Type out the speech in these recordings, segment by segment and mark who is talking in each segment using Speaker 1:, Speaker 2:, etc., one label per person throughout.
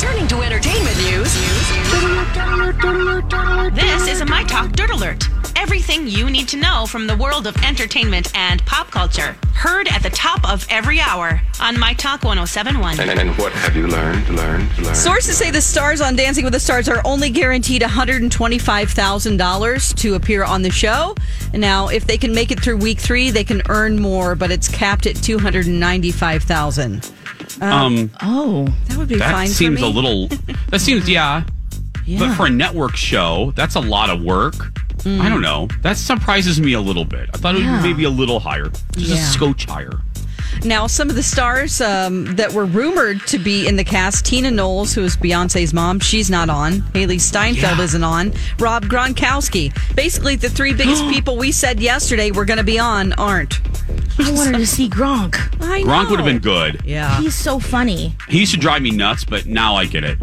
Speaker 1: Turning to entertainment news, this is a My Talk Dirt Alert. Everything you need to know from the world of entertainment and pop culture. Heard at the top of every hour on My Talk 1071.
Speaker 2: And, and what have you learned? Learned? Learned?
Speaker 3: Sources say the stars on Dancing with the Stars are only guaranteed $125,000 to appear on the show. Now, if they can make it through week three, they can earn more, but it's capped at 295000
Speaker 4: Um,
Speaker 3: Oh, that would be
Speaker 4: that
Speaker 3: fine.
Speaker 4: seems
Speaker 3: for me.
Speaker 4: a little. That seems yeah, but for a network show, that's a lot of work. I don't know. That surprises me a little bit. I thought it would be maybe a little higher, just a
Speaker 3: Yeah.
Speaker 4: scotch higher.
Speaker 3: Now, some of the stars um, that were rumored to be in the cast Tina Knowles, who is Beyonce's mom, she's not on. Haley Steinfeld
Speaker 4: Yeah.
Speaker 3: isn't on. Rob Gronkowski. Basically, the three biggest people we said yesterday were going to be on aren't.
Speaker 5: I wanted to see Gronk.
Speaker 3: I know.
Speaker 4: Gronk would have been good.
Speaker 3: Yeah.
Speaker 5: He's so funny.
Speaker 4: He used to drive me nuts, but now I get it.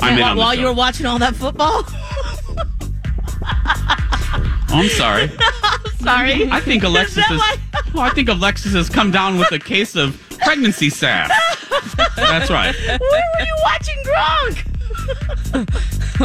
Speaker 4: I'm in
Speaker 5: while
Speaker 4: on the
Speaker 5: while
Speaker 4: show.
Speaker 5: you were watching all that football.
Speaker 4: Oh, I'm sorry.
Speaker 5: Sorry.
Speaker 4: I think Alexis.
Speaker 5: that
Speaker 4: Is, well, I think Alexis has come down with a case of pregnancy sass. That's right.
Speaker 5: Where were you watching Gronk?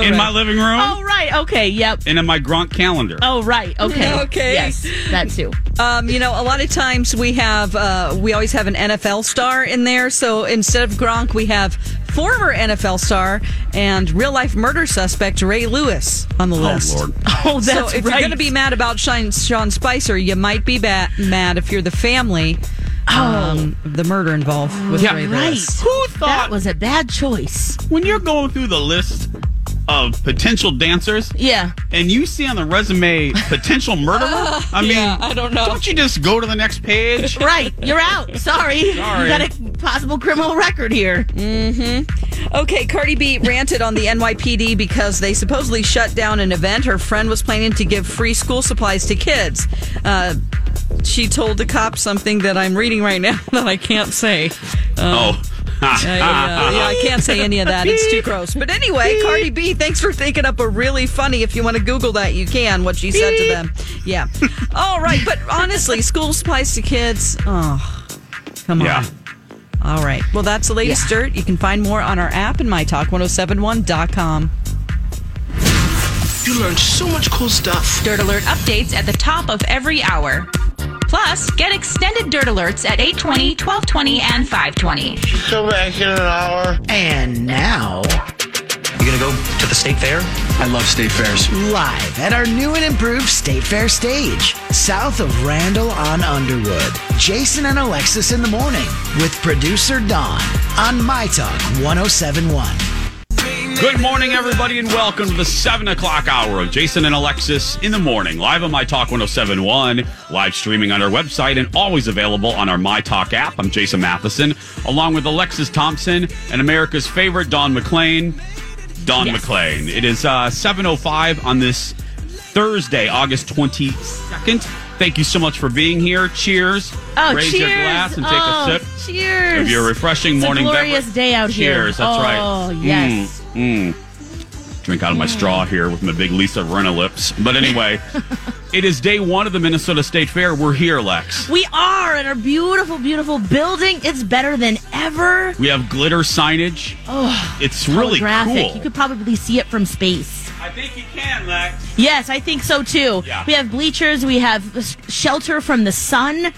Speaker 4: In my living room
Speaker 5: Oh, right. Okay. Yep.
Speaker 4: and in my Gronk calendar.
Speaker 5: Oh, right. Okay.
Speaker 3: Okay.
Speaker 5: Yes. That too.
Speaker 3: Um, you know, a lot of times we have, uh, we always have an NFL star in there. So instead of Gronk, we have former NFL star and real life murder suspect Ray Lewis on the
Speaker 4: Oh,
Speaker 3: list.
Speaker 4: Lord.
Speaker 5: Oh, that's
Speaker 3: so if
Speaker 5: right.
Speaker 3: you're going to be mad about Sean, Sean Spicer, you might be ba- mad if you're the family. Um, of the murder involved with
Speaker 4: Yeah.
Speaker 3: Ray
Speaker 5: right.
Speaker 3: Lewis.
Speaker 4: Who thought
Speaker 5: That was a bad choice.
Speaker 4: when you're going through the list of potential dancers
Speaker 5: Yeah.
Speaker 4: and you see on the resume potential murderer, I mean,
Speaker 3: I don't know. Uh,
Speaker 4: Don't you just go to the next page?
Speaker 5: Right. You're out. Sorry.
Speaker 4: Sorry.
Speaker 5: You got a possible criminal record here.
Speaker 3: Okay, Cardi B ranted on the NYPD because they supposedly shut down an event her friend was planning to give free school supplies to kids. Uh, she told the cop something that I'm reading right now that I can't say.
Speaker 4: oh.
Speaker 3: I, uh, yeah, I can't say any of that. It's too gross. But anyway, Cardi B, thanks for thinking up a really funny. If you want to Google that, you can. What she said to them. Yeah. All right. But honestly, school supplies to kids. Oh, come on.
Speaker 4: Yeah.
Speaker 3: All right. Well, that's the latest dirt. You can find more on our app and mytalk1071.com.
Speaker 6: You learned so much cool stuff.
Speaker 1: Dirt Alert updates at the top of every hour. Plus, get extended Dirt Alerts at 820, 1220, and 520.
Speaker 7: Go back in an hour.
Speaker 6: And now,
Speaker 8: You gonna go to the state fair?
Speaker 7: I love state fairs.
Speaker 6: live at our new and improved State Fair stage, south of Randall on Underwood. Jason and Alexis in the morning with producer Don on My Talk 1071.
Speaker 4: Good morning, everybody, and welcome to the 7 o'clock hour of Jason and Alexis in the morning, live on My Talk 1071, live streaming on our website, and always available on our My Talk app. I'm Jason Matheson, along with Alexis Thompson and America's favorite, Don McClain. Don McClain. It is uh, 7.05 on this Thursday, August 22nd. Thank you so much for being here. Cheers.
Speaker 5: Oh,
Speaker 4: Raise
Speaker 5: cheers.
Speaker 4: your glass and take
Speaker 5: oh,
Speaker 4: a sip.
Speaker 5: Cheers.
Speaker 4: Of your refreshing
Speaker 5: It's
Speaker 4: morning
Speaker 5: a glorious
Speaker 4: beverage.
Speaker 5: day out here.
Speaker 4: Cheers, that's
Speaker 5: oh,
Speaker 4: right. Mm.
Speaker 5: yes.
Speaker 4: drink out of my straw here with my big Lisa Renna lips. But anyway, it is day one of the Minnesota State Fair. We're here, Lex.
Speaker 5: We are in our beautiful, beautiful building. It's better than ever.
Speaker 4: We have glitter signage. Oh, it's really
Speaker 5: Holographic.
Speaker 4: cool.
Speaker 5: You could probably see it from space.
Speaker 4: I think you can, Lex.
Speaker 5: Yes, I think so too.
Speaker 4: Yeah.
Speaker 5: We have bleachers. We have s- shelter from the sun.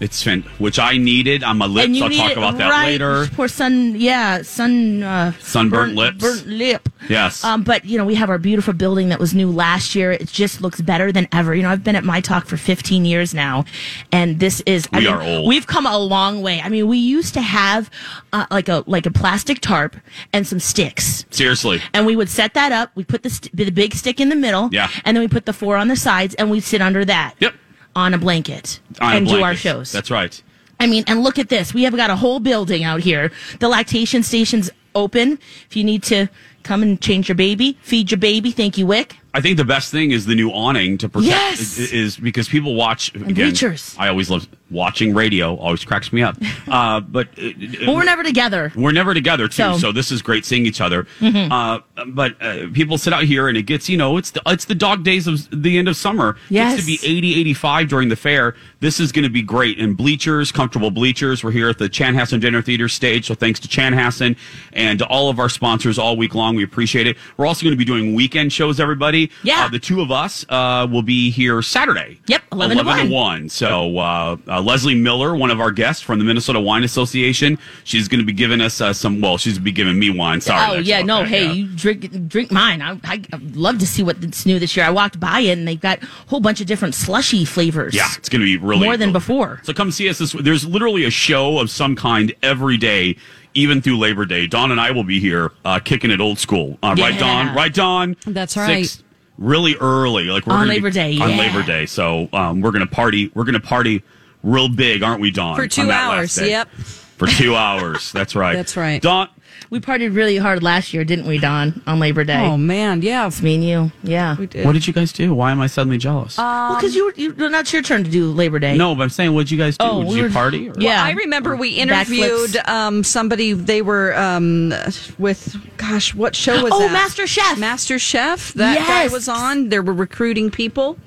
Speaker 4: It's fin- which I needed on my lips. I'll
Speaker 5: need
Speaker 4: talk
Speaker 5: it
Speaker 4: about that
Speaker 5: right
Speaker 4: later.
Speaker 5: For sun, yeah, sun, uh,
Speaker 4: Sunburnt lips.
Speaker 5: burnt lip.
Speaker 4: Yes.
Speaker 5: Um, but you know, we have our beautiful building that was new last year. It just looks better than ever. You know, I've been at my talk for 15 years now, and this is I
Speaker 4: We
Speaker 5: mean,
Speaker 4: are old.
Speaker 5: We've come a long way. I mean, we used to have uh, like a like a plastic tarp and some sticks.
Speaker 4: Seriously.
Speaker 5: And we would set that up. We put the, st- the big stick in the middle.
Speaker 4: Yeah.
Speaker 5: And then we put the four on the sides and we'd sit under that.
Speaker 4: Yep.
Speaker 5: On a blanket.
Speaker 4: On a
Speaker 5: and do our
Speaker 4: blanket.
Speaker 5: shows.
Speaker 4: That's right.
Speaker 5: I mean, and look at this. We have got a whole building out here. The lactation station's open. If you need to come and change your baby, feed your baby. Thank you, Wick.
Speaker 4: I think the best thing is the new awning to protect
Speaker 5: Yes!
Speaker 4: is, is because people watch again,
Speaker 5: bleachers.
Speaker 4: I always love watching radio. Always cracks me up. Uh, but uh,
Speaker 5: Well, we're never together.
Speaker 4: we're never together too, so,
Speaker 5: So- Mm-hmm.
Speaker 4: this is great seeing each other. Uh, but uh, people sit out here and it gets you know it's the it's the dog days of the end of summer.
Speaker 5: Yes.
Speaker 4: It's to be 80, 85 during the fair. This is going to be great and bleachers, comfortable bleachers. We're here at the Chanhassen Dinner Theater stage, so thanks to Chanhassen and to all of our sponsors all week long. We appreciate it. We're also going to be doing weekend shows. Everybody,
Speaker 5: Yeah.
Speaker 4: Uh, the two of us uh, will be here Saturday.
Speaker 5: Yep, 11 to 1.
Speaker 4: So uh, uh, Leslie Miller, one of our guests from the Minnesota Wine Association, she's going to be giving us uh, some. Well, she's be giving me wine. Sorry.
Speaker 5: oh
Speaker 4: next
Speaker 5: yeah,
Speaker 4: month.
Speaker 5: no. Hey,
Speaker 4: yeah.
Speaker 5: you drink drink mine. I, I I'd love to see what's new this year. I walked by it and they've got a whole bunch of different slushy flavors.
Speaker 4: Yeah, it's going to be really
Speaker 5: more than before.
Speaker 4: So come see us. This there's literally a show of some kind every day, even through Labor Day. Dawn and I will be here uh, kicking it old school. Uh, Right,
Speaker 5: Yeah.
Speaker 4: Dawn. Right, Dawn.
Speaker 3: That's
Speaker 4: Six-
Speaker 3: right.
Speaker 4: really early, like we're
Speaker 5: On
Speaker 4: gonna be-
Speaker 5: Labor Day,
Speaker 4: On
Speaker 5: yeah.
Speaker 4: Labor Day, so um, we're going to party. We're going to party real big, aren't we, Dawn?
Speaker 3: For
Speaker 4: on
Speaker 3: two
Speaker 4: that last
Speaker 3: hours,
Speaker 4: day?
Speaker 3: yep.
Speaker 4: For two hours. That's right.
Speaker 3: That's right.
Speaker 4: Dawn.
Speaker 5: We partied really hard last year, didn't we, Don? On Labor Day.
Speaker 3: Oh man, yeah.
Speaker 5: It's me and you. Yeah.
Speaker 3: We Um, did.
Speaker 4: What did you guys do? Why am I suddenly jealous?
Speaker 5: Well, because you, were- you, well, not your turn to do Labor Day.
Speaker 4: no, but I'm saying, what did you guys do?
Speaker 5: Oh,
Speaker 4: did
Speaker 5: we
Speaker 4: you
Speaker 5: were-
Speaker 4: party? Or
Speaker 5: yeah.
Speaker 3: I remember we
Speaker 5: Backflips.
Speaker 3: interviewed um, somebody. They were um, with, gosh, what show was
Speaker 5: Oh,
Speaker 3: that?
Speaker 5: Master Chef.
Speaker 3: Master Chef. That
Speaker 5: Yes.
Speaker 3: guy was on. They were recruiting people.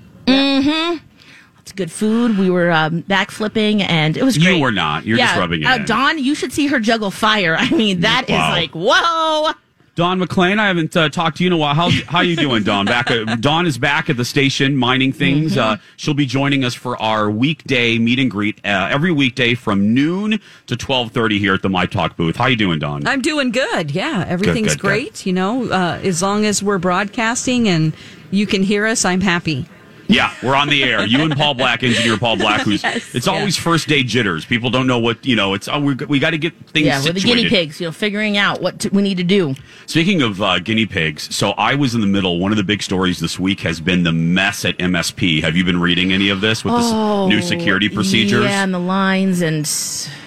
Speaker 5: It's good food. We were um, back flipping, and it was
Speaker 4: You
Speaker 5: great.
Speaker 4: were not. You're just rubbing it
Speaker 5: uh,
Speaker 4: in.
Speaker 5: Dawn, you should see her juggle fire. I mean, that is
Speaker 4: Wow.
Speaker 5: like, whoa.
Speaker 4: Don McLean, I haven't uh, talked to you in a while. How how you doing, Don? Back uh, Don is back at the station mining things.
Speaker 5: Mm-hmm.
Speaker 4: Uh, she'll be joining us for our weekday meet and greet uh, every weekday from noon to twelve thirty here at the My Talk booth. How you doing, Don?
Speaker 5: Uh,
Speaker 3: I'm doing good. Yeah, everything's
Speaker 4: good, good.
Speaker 3: great. You know, uh, as long as we're broadcasting and you can hear us, I'm happy.
Speaker 4: yeah, we're on the air. You and Paul Black, engineer Paul Black. Who's it's always first day jitters. People don't know what you know. It's oh, we we got to get things.
Speaker 5: yeah, we're the guinea
Speaker 4: situated.
Speaker 5: pigs, you know, figuring out what to, we need to do.
Speaker 4: Speaking of uh, guinea pigs, so I was in the middle. One of the big stories this week has been the mess at MSP. Have you been reading any of this with
Speaker 5: Oh,
Speaker 4: the s- new security procedures?
Speaker 5: Yeah, and the lines, and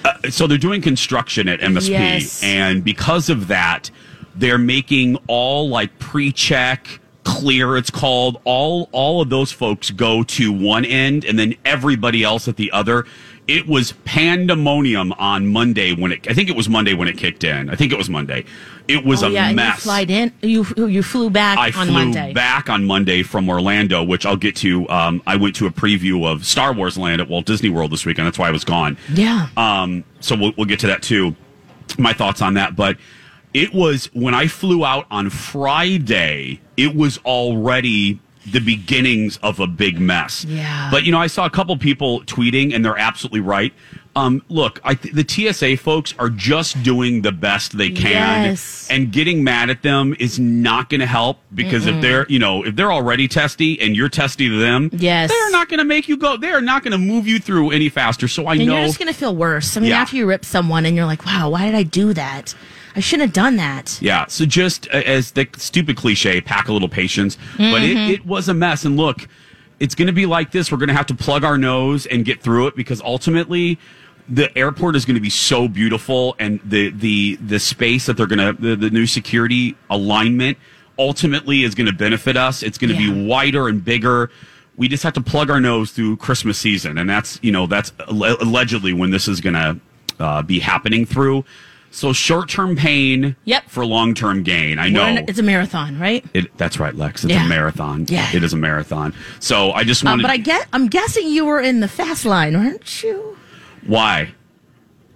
Speaker 4: Uh, so they're doing construction at MSP,
Speaker 5: Yes.
Speaker 4: and because of that, they're making all like pre-check clear. It's called all all of those folks go to one end, and then everybody else at the other. It was pandemonium on Monday when it. I think it was Monday when it kicked in. I think it was Monday. It was
Speaker 5: oh,
Speaker 4: a
Speaker 5: yeah, and you
Speaker 4: mess.
Speaker 5: flied in, you you flew back
Speaker 4: I
Speaker 5: on
Speaker 4: flew
Speaker 5: Monday.
Speaker 4: back on Monday from Orlando, which I'll get to. Um, I went to a preview of Star Wars Land at Walt Disney World this weekend. That's why I was gone.
Speaker 5: Yeah.
Speaker 4: Um, so we'll, we'll get to that too. My thoughts on that. But it was when I flew out on Friday, it was already the beginnings of a big mess.
Speaker 5: Yeah.
Speaker 4: But, you know, I saw a couple people tweeting, and they're absolutely right. Um, look, I th- the TSA folks are just doing the best they can
Speaker 5: Yes.
Speaker 4: and getting mad at them is not going to help because if they're you know if they're already testy and you're testy to them
Speaker 5: Yes.
Speaker 4: they're not going to make you go they're not going to move you through any faster so i
Speaker 5: and
Speaker 4: know
Speaker 5: you're just gonna feel worse. I mean,
Speaker 4: Yeah.
Speaker 5: after you rip someone, and you're like, wow, why did I do that? I shouldn't have done that.
Speaker 4: yeah so just uh, as the stupid cliche pack a little patience but it, it was a mess and look it's going to be like this we're going to have to plug our nose and get through it because ultimately the airport is going to be so beautiful and the the the space that they're going to the, the new security alignment ultimately is going to benefit us it's going to
Speaker 5: Yeah.
Speaker 4: be wider and bigger. We just have to plug our nose through Christmas season, and that's you know that's al- allegedly when this is going to uh, be happening through. So short term pain,
Speaker 5: Yep.
Speaker 4: for long term gain. I
Speaker 5: We're
Speaker 4: know
Speaker 5: in- it's a marathon, right?
Speaker 4: it, that's right, Lex. It's
Speaker 5: Yeah.
Speaker 4: a marathon.
Speaker 5: Yeah.
Speaker 4: it is a marathon. So I just
Speaker 5: Um,
Speaker 4: wanted.
Speaker 5: but I get, I'm guessing you were in the fast line, weren't you?
Speaker 4: why.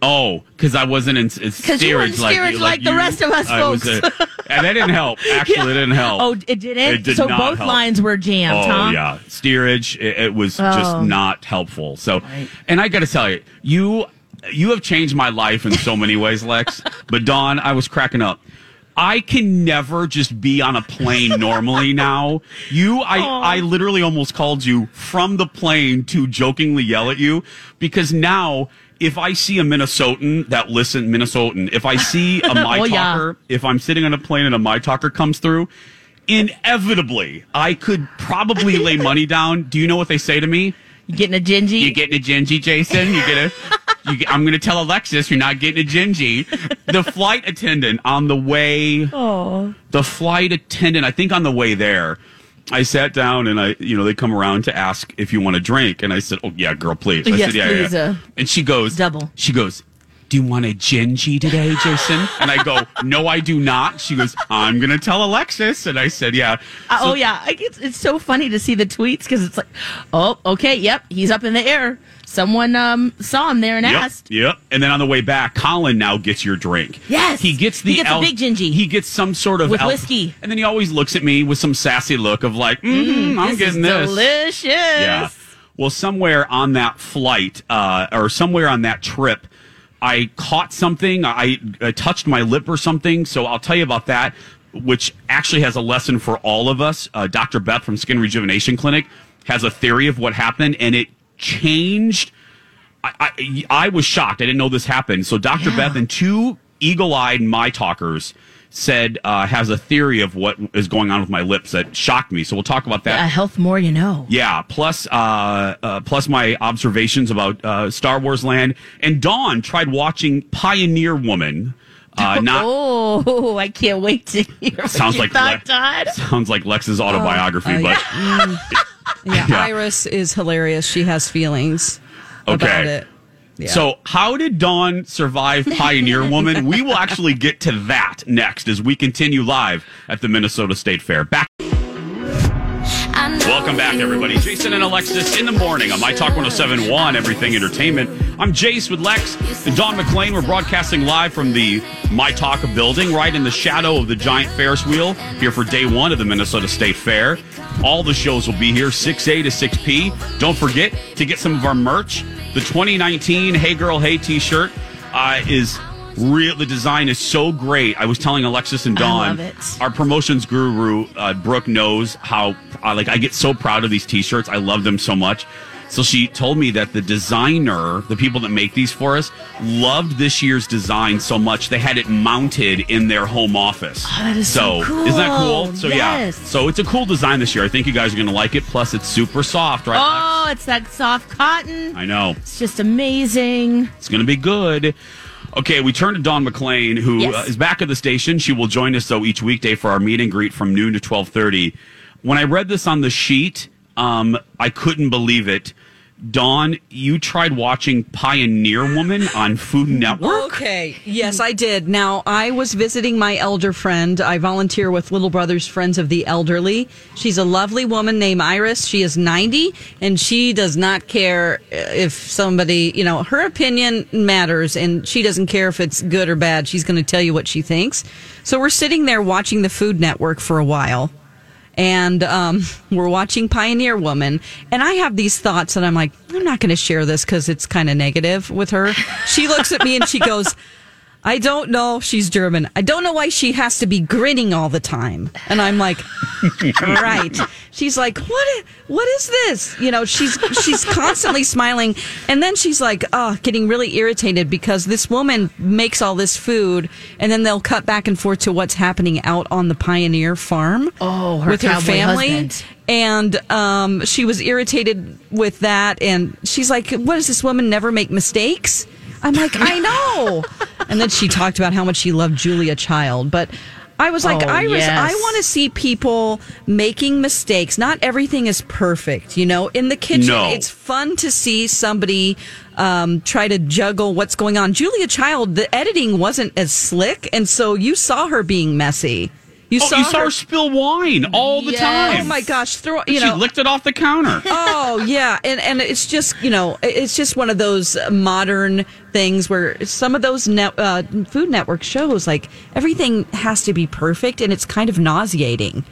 Speaker 4: Oh, because I wasn't in s- steerage,
Speaker 5: you were in
Speaker 4: like,
Speaker 5: steerage like the
Speaker 4: you.
Speaker 5: rest of us
Speaker 4: I was
Speaker 5: folks.
Speaker 4: a- And that didn't help. Actually, it didn't help.
Speaker 5: Oh, it didn't.
Speaker 4: It did
Speaker 5: so
Speaker 4: not
Speaker 5: both
Speaker 4: help.
Speaker 5: lines were jammed,
Speaker 4: Oh
Speaker 5: huh?
Speaker 4: yeah, steerage. It, it was just
Speaker 5: Oh.
Speaker 4: not helpful. So, and I got to tell you, you you have changed my life in so many ways, Lex. but Dawn, I was cracking up. I can never just be on a plane normally now. You, I, I literally almost called you from the plane to jokingly yell at you because now if I see a Minnesotan that listen Minnesotan, if I see a my
Speaker 5: Oh,
Speaker 4: talker,
Speaker 5: yeah.
Speaker 4: if I'm sitting on a plane and a my talker comes through, inevitably I could probably lay money down. Do you know what they say to me?
Speaker 5: You getting a gingy?
Speaker 4: You getting a gingy, Jason? You get a. You get, I'm going to tell Alexis you're not getting a gingy. The flight attendant on the way.
Speaker 5: Oh.
Speaker 4: The flight attendant, I think on the way there, I sat down and I, you know, they come around to ask if you want a drink, and I said, "Oh yeah, girl, please." I
Speaker 5: Yes,
Speaker 4: said, "Yeah,
Speaker 5: please, uh,
Speaker 4: and she goes, "Double." She goes, "Do you want a gingy today, Jason?" and I go, "No, I do not." She goes, "I'm going to tell Alexis," and I said, "Yeah."
Speaker 5: Uh,
Speaker 4: So-
Speaker 5: oh yeah, I it's, it's so funny to see the tweets because it's like, oh okay, yep, he's up in the air. Someone um saw him there and
Speaker 4: Yep,
Speaker 5: asked.
Speaker 4: Yep. And then on the way back, Colin now gets your drink.
Speaker 5: Yes.
Speaker 4: He gets the
Speaker 5: He gets a
Speaker 4: elf-
Speaker 5: big gingy.
Speaker 4: He gets some sort of
Speaker 5: With
Speaker 4: elf-
Speaker 5: whiskey.
Speaker 4: and then he always looks at me with some sassy look of like, mm, I'm
Speaker 5: Mm-hmm. this
Speaker 4: getting
Speaker 5: is
Speaker 4: this.
Speaker 5: delicious.
Speaker 4: Yeah. Well, somewhere on that flight, uh, or somewhere on that trip, I caught something. I, I touched my lip or something. So I'll tell you about that, which actually has a lesson for all of us. Uh, Dr. Beth from Skin Rejuvenation Clinic has a theory of what happened, and it changed. I, I, I was shocked. I didn't know this happened. So Dr. Beth and two eagle-eyed my talkers said uh, has a theory of what is going on with my lips that shocked me. So we'll talk about that.
Speaker 5: Uh, health more you know.
Speaker 4: Yeah, plus uh, uh, plus my observations about uh, Star Wars Land and Dawn tried watching Pioneer Woman. Uh, not
Speaker 5: oh, I can't wait to hear. What
Speaker 4: sounds
Speaker 5: you
Speaker 4: like Le-
Speaker 5: thought, Todd.
Speaker 4: sounds like Lex's autobiography,
Speaker 3: Uh,
Speaker 4: but
Speaker 3: yeah. Mm.
Speaker 4: Yeah.
Speaker 3: yeah, Iris is hilarious. She has feelings about
Speaker 4: okay.
Speaker 3: it. Yeah.
Speaker 4: So, how did Dawn survive Pioneer Woman? we will actually get to that next as we continue live at the Minnesota State Fair. Back. Welcome back, everybody. Jason and Alexis in the morning on My Talk 1071, Everything Entertainment. I'm Jace with Lex and Don McLean. We're broadcasting live from the My Talk building, right in the shadow of the giant Ferris wheel, here for day one of the Minnesota State Fair. All the shows will be here 6A to 6P. Don't forget to get some of our merch. The 2019 Hey Girl Hey t shirt uh, is real. The design is so great. I was telling Alexis and
Speaker 5: I
Speaker 4: Dawn
Speaker 5: love it.
Speaker 4: our promotions guru uh, Brooke knows how uh, like I get so proud of these t-shirts. I love them so much. So she told me that the designer, the people that make these for us, loved this year's design so much they had it mounted in their home office.
Speaker 5: Oh, that is so cool.
Speaker 4: Isn't that cool? So
Speaker 5: Yes.
Speaker 4: yeah. So it's a cool design this year. I think you guys are going to like it. Plus, it's super soft, right? Lex?
Speaker 5: Oh, it's that soft cotton.
Speaker 4: I know.
Speaker 5: It's just amazing.
Speaker 4: It's going to be good. Okay, we turn to Dawn McLean, who uh, is
Speaker 5: Yes.
Speaker 4: back at the station. She will join us though each weekday for our meet and greet from noon to twelve thirty. When I read this on the sheet, um, I couldn't believe it. Dawn, you tried watching Pioneer Woman on Food Network.
Speaker 3: Okay. Yes, I did. Now, I was visiting my elder friend. I volunteer with Little Brothers Friends of the Elderly. She's a lovely woman named Iris. She is 90 and she does not care if somebody, you know, her opinion matters and she doesn't care if it's good or bad. She's going to tell you what she thinks. So we're sitting there watching the Food Network for a while and um, we're watching Pioneer Woman. And I have these thoughts, and I'm like, I'm not going to share this because it's kind of negative with her. She looks at me and she goes, I don't know. She's German. I don't know why she has to be grinning all the time. And I'm like, right. She's like, what? i- What is this? You know, she's she's constantly smiling, and then she's like, oh, getting really irritated because this woman makes all this food, and then they'll cut back and forth to what's happening out on the Pioneer Farm.
Speaker 5: Oh, her
Speaker 3: with her
Speaker 5: cowboy
Speaker 3: family.
Speaker 5: husband.
Speaker 3: And um, she was irritated with that, and she's like, "What does this woman never make mistakes?" I'm like, "I know." and then she talked about how much she loved Julia Child, but I was like,
Speaker 5: Oh,
Speaker 3: "Iris, I
Speaker 5: yes.
Speaker 3: want to see people making mistakes. Not everything is perfect, you know. In the kitchen,
Speaker 4: No.
Speaker 3: it's fun to see somebody um, try to juggle what's going on. Julia Child, the editing wasn't as slick, and so you saw her being messy. You
Speaker 4: Oh,
Speaker 3: saw
Speaker 4: you saw
Speaker 3: her
Speaker 4: her spill wine all the
Speaker 5: Yes.
Speaker 4: time.
Speaker 3: Oh my gosh, throw you
Speaker 4: she
Speaker 3: know.
Speaker 4: licked it off the counter.
Speaker 3: oh yeah, and and it's just you know it- it's just one of those modern things where some of those net, uh, Food Network shows, like everything has to be perfect, and it's kind of nauseating.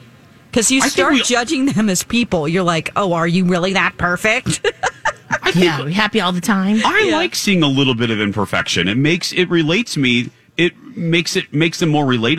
Speaker 3: Because you
Speaker 4: think
Speaker 3: start
Speaker 4: we-
Speaker 3: judging them as people. You're like, oh, are you really that perfect?
Speaker 5: yeah, we happy all the time.
Speaker 4: I like seeing a little bit of imperfection. It makes it relates me. It makes it makes them more relatable.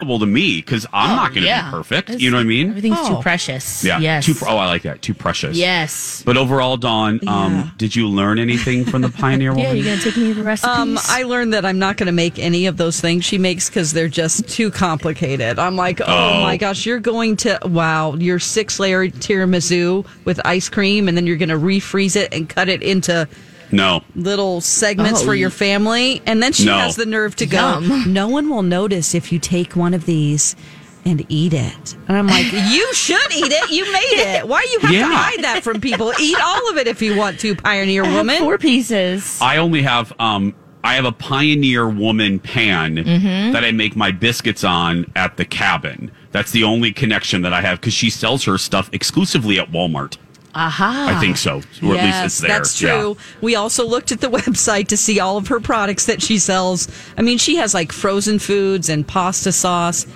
Speaker 4: to me because I'm
Speaker 5: Oh,
Speaker 4: not going to
Speaker 5: yeah.
Speaker 4: be perfect.
Speaker 5: It's-
Speaker 4: You know what I mean?
Speaker 5: Everything's
Speaker 4: Oh.
Speaker 5: too precious.
Speaker 4: Yeah.
Speaker 5: Yes.
Speaker 4: Too, pr- oh, I like that. Too precious.
Speaker 5: Yes.
Speaker 4: But overall, Dawn, um, did you learn anything from the Pioneer
Speaker 5: Yeah,
Speaker 4: Woman?
Speaker 5: you're gonna take me to the recipes.
Speaker 3: Um, I learned that I'm not going to make any of those things she makes because they're just too complicated. I'm like, oh,
Speaker 4: Oh.
Speaker 3: my gosh, you're going to wow, your six layer tiramisu with ice cream, and then you're going to refreeze it and cut it into
Speaker 4: no.
Speaker 3: little segments
Speaker 5: Oh,
Speaker 3: for your
Speaker 5: ye-
Speaker 3: family, and then she
Speaker 4: No.
Speaker 3: has the nerve to go.
Speaker 5: Yum.
Speaker 3: No one will notice if you take one of these. And eat it. And I'm like, you should eat it. You made it. Why you have
Speaker 4: Yeah.
Speaker 3: to hide that from people? Eat all of it if you want to, pioneer
Speaker 5: I have
Speaker 3: woman.
Speaker 5: four pieces.
Speaker 4: I only have um I have a Pioneer Woman pan
Speaker 5: Mm-hmm.
Speaker 4: that I make my biscuits on at the cabin. That's the only connection that I have because she sells her stuff exclusively at Walmart.
Speaker 5: Aha.
Speaker 4: I think so, or at least it's there.
Speaker 3: That's
Speaker 4: Yeah.
Speaker 3: true. We also looked at the website to see all of her products that she sells. I mean, she has like frozen foods and pasta sauce.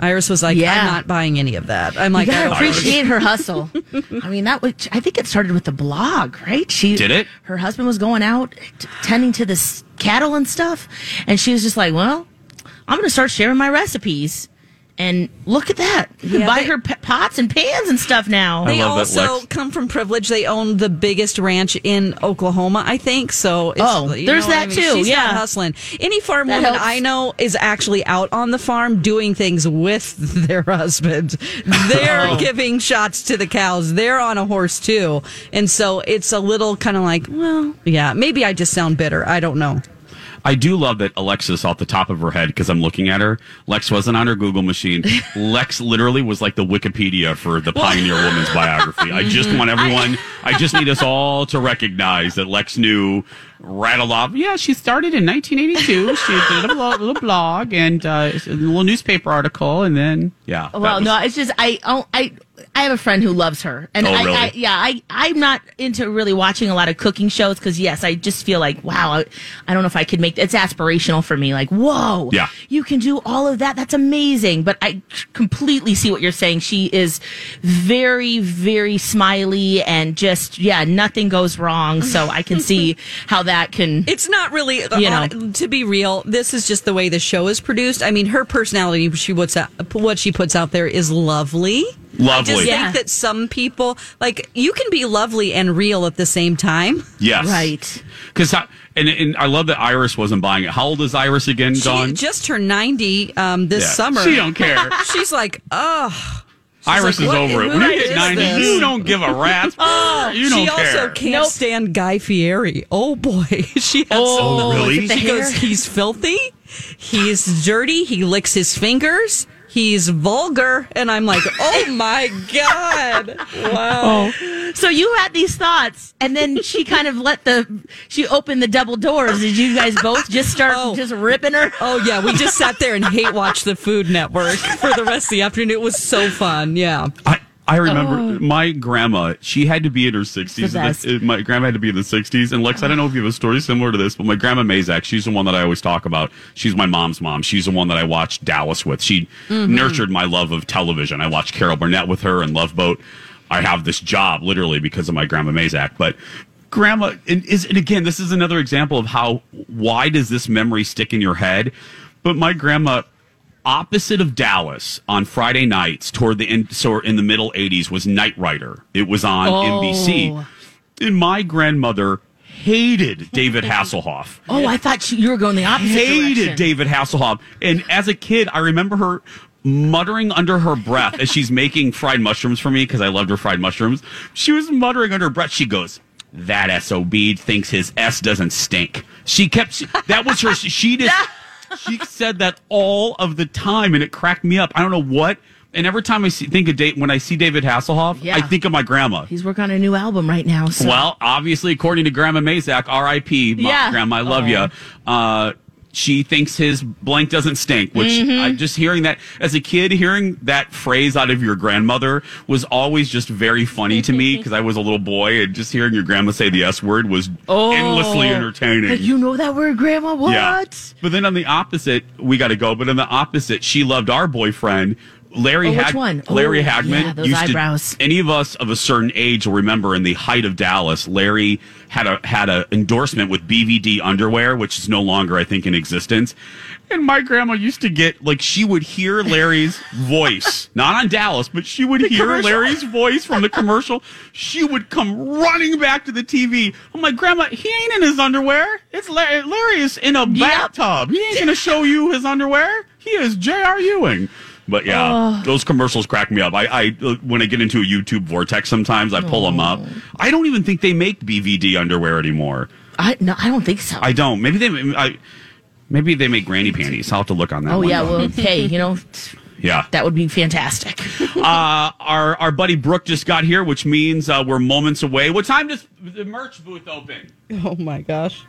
Speaker 3: Iris was like,
Speaker 5: Yeah.
Speaker 3: I'm not buying any of that. I'm like,
Speaker 5: you
Speaker 3: I
Speaker 5: gotta
Speaker 3: don't
Speaker 5: appreciate her hustle. I mean, that was, I think it started with the blog, right? She
Speaker 4: Did it?
Speaker 5: Her husband was going out t- tending to this cattle and stuff, and she was just like, "Well, I'm gonna start sharing my recipes." And look at that! You can
Speaker 3: Yeah,
Speaker 5: buy
Speaker 3: they-
Speaker 5: her p- pots and pans and stuff now.
Speaker 3: They
Speaker 4: love that,
Speaker 3: also
Speaker 4: Lex.
Speaker 3: come from privilege. They own the biggest ranch in Oklahoma, I think. So, it's,
Speaker 5: Oh,
Speaker 3: you
Speaker 5: there's
Speaker 3: know what
Speaker 5: that too,
Speaker 3: She's not
Speaker 5: yeah.
Speaker 3: hustling. Any farm
Speaker 5: That
Speaker 3: woman
Speaker 5: helps.
Speaker 3: I know is actually out on the farm doing things with their husband. They're giving shots to the cows. They're on a horse too, and so it's a little kind of like, well, yeah, maybe I just sound bitter. I don't know.
Speaker 4: I do love that Alexis off the top of her head because I'm looking at her. Lex wasn't on her Google machine. Lex literally was like the Wikipedia for the Pioneer Woman's biography. I just want everyone. I just need us all to recognize that Lex knew. Rattle off. Yeah, she started in 1982. She did a little, little blog and uh, a little newspaper article, and then yeah. that
Speaker 5: Well,
Speaker 4: was-
Speaker 5: no, it's just I oh, I I have a friend who loves her, and
Speaker 4: Oh,
Speaker 5: I,
Speaker 4: really?
Speaker 5: I yeah I I'm not into really watching a lot of cooking shows because yes, I just feel like wow, I, I don't know if I could make it's aspirational for me. Like whoa,
Speaker 4: Yeah.
Speaker 5: you can do all of that. That's amazing. But I completely see what you're saying. She is very very smiley and just yeah, nothing goes wrong. So I can see how that can
Speaker 3: It's not really,
Speaker 5: You
Speaker 3: you
Speaker 5: know.
Speaker 3: to be real. This is just the way the show is produced. I mean, her personality, she puts out, what she puts out there is lovely.
Speaker 4: Lovely.
Speaker 3: I just
Speaker 5: Yeah.
Speaker 3: think that some people like you can be lovely and real at the same time.
Speaker 4: Yes.
Speaker 5: right.
Speaker 4: Because and and I love that Iris wasn't buying it. How old is Iris again,
Speaker 3: She
Speaker 4: Dawn?
Speaker 3: just turned ninety um, this
Speaker 4: Yeah.
Speaker 3: summer.
Speaker 4: She don't care.
Speaker 3: She's like, oh,
Speaker 4: Iris
Speaker 3: like,
Speaker 4: is
Speaker 3: "What-
Speaker 4: over it.
Speaker 3: who
Speaker 4: When you
Speaker 3: is
Speaker 4: get 90,
Speaker 3: this?" Oh,
Speaker 4: you don't give a rat. you
Speaker 3: she
Speaker 4: don't
Speaker 3: also
Speaker 4: care.
Speaker 3: can't
Speaker 5: Nope.
Speaker 3: stand Guy Fieri. Oh boy, she has
Speaker 4: Oh,
Speaker 3: some.
Speaker 4: really?
Speaker 5: the
Speaker 3: She goes,
Speaker 5: hair.
Speaker 3: he's filthy, he's dirty, he licks his fingers. He's vulgar, and I'm like, oh my god!
Speaker 4: Oh.
Speaker 3: Wow.
Speaker 5: So you had these thoughts, and then she kind of let the she opened the double doors. Did you guys both just start
Speaker 3: Oh.
Speaker 5: just ripping her?
Speaker 3: Oh yeah, we just sat there and hate watched the Food Network for the rest of the afternoon. It was so fun. Yeah.
Speaker 4: I, I remember my grandma, she had to be in her 60s.
Speaker 5: Oh. The best.
Speaker 4: and the- my grandma had to be in the 60s. And Lex, I don't know if you have a story similar to this, but my grandma Mazak, she's the one that I always talk about. She's my mom's mom. She's the one that I watched Dallas with. She
Speaker 5: Mm-hmm.
Speaker 4: nurtured my love of television. I watched Carol Burnett with her and Love Boat. I have this job literally because of my grandma Mazak. But grandma, and, is, and again, this is another example of how, why does this memory stick in your head? But my grandma, opposite of Dallas on Friday nights toward the end, so in the middle 80s was Knight Rider. It was on NBC. And my grandmother hated David Hasselhoff.
Speaker 5: Oh, I thought she, you were going the opposite
Speaker 4: Hated
Speaker 5: direction.
Speaker 4: David Hasselhoff. And as a kid, I remember her muttering under her breath as she's making fried mushrooms for me because I loved her fried mushrooms. She was muttering under her breath. She goes, that sob thinks his s doesn't stink. She kept she- that was her. She just she said that all of the time, and it cracked me up. I don't know what. And every time I see, think of date when I see David Hasselhoff,
Speaker 5: Yeah.
Speaker 4: I think of my grandma.
Speaker 5: He's working on a new album right now. So.
Speaker 4: Well, obviously, according to Grandma Mazak, R.I.P. Ma-
Speaker 5: Yeah. Oh,
Speaker 4: Grandma, I love ya. Uh, she thinks his blank doesn't stink, which
Speaker 5: Mm-hmm.
Speaker 4: I, just hearing that as a kid, hearing that phrase out of your grandmother was always just very funny to me because I was a little boy and just hearing your grandma say the S word was endlessly entertaining.
Speaker 5: Like, Oh, you know that word, Grandma? What?
Speaker 4: But then on the opposite, we got to go. But on the opposite, she loved our boyfriend. Larry
Speaker 5: Oh, which
Speaker 4: Hag-
Speaker 5: one? Oh,
Speaker 4: Larry Hagman.
Speaker 5: yeah, those
Speaker 4: used to-
Speaker 5: eyebrows.
Speaker 4: any of us of a certain age will remember in the height of Dallas, Larry had a had a endorsement with BVD underwear, which is no longer, I think, in existence. And my grandma used to get like she would hear Larry's voice, not on Dallas, but she would hear
Speaker 9: commercial.
Speaker 4: Larry's voice from the commercial. She would come running back to the TV. I'm like, Grandma, he ain't in his underwear. It's Larry. Larry is in a bathtub. He ain't gonna show you his underwear. He is J.R. Ewing. But yeah,
Speaker 9: Oh.
Speaker 4: those commercials crack me up. I, I when I get into a YouTube vortex, sometimes I pull them up. I don't even think they make BVD underwear anymore.
Speaker 5: I no, I don't think so.
Speaker 4: I don't. Maybe they. I, maybe they make granny panties. I'll have to look on that.
Speaker 5: oh
Speaker 4: one,
Speaker 5: yeah.
Speaker 4: though.
Speaker 5: Well, hey, you know
Speaker 4: yeah.
Speaker 5: that would be fantastic.
Speaker 4: uh, our our buddy Brooke just got here, which means uh, we're moments away. What time does the merch booth open?
Speaker 3: Oh my gosh.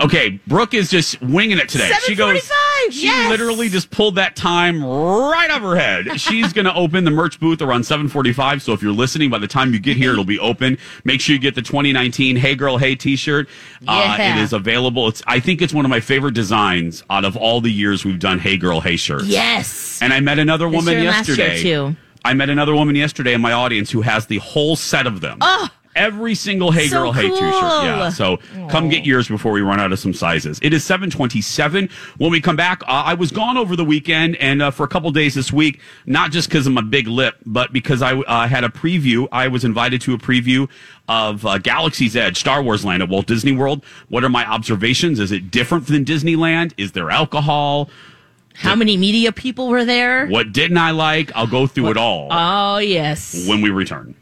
Speaker 4: Okay, Brooke is just winging it today. She goes.
Speaker 5: 7:45,
Speaker 4: She
Speaker 5: yes!
Speaker 4: literally just pulled that time right out of her head. She's going to open the merch booth around 7:45. So if you're listening, by the time you get here, it'll be open. Make sure you get the 2019 "Hey Girl, Hey" T-shirt.
Speaker 5: Yeah.
Speaker 4: Uh, it is available. It's. I think it's one of my favorite designs out of all the years we've done "Hey Girl, Hey" shirts.
Speaker 5: Yes.
Speaker 4: And I met another
Speaker 5: This
Speaker 4: woman
Speaker 5: year and last year,
Speaker 4: yesterday.
Speaker 5: too.
Speaker 4: I met another woman yesterday in my audience who has the whole set of them.
Speaker 5: Oh.
Speaker 4: Every single Hey
Speaker 5: So
Speaker 4: Girl Hey
Speaker 5: cool.
Speaker 4: T-shirt. Yeah. So come get yours before we run out of some sizes. It is 727. When we come back, uh, I was gone over the weekend and uh, for a couple days this week, not just because of my big lip, but because I uh, had a preview. I was invited to a preview of uh, Galaxy's Edge, Star Wars Land at Walt Disney World. What are my observations? Is it different than Disneyland? Is there alcohol?
Speaker 5: How many media people were there?
Speaker 4: What didn't I like? I'll go through it all
Speaker 5: Oh yes.
Speaker 4: when we return.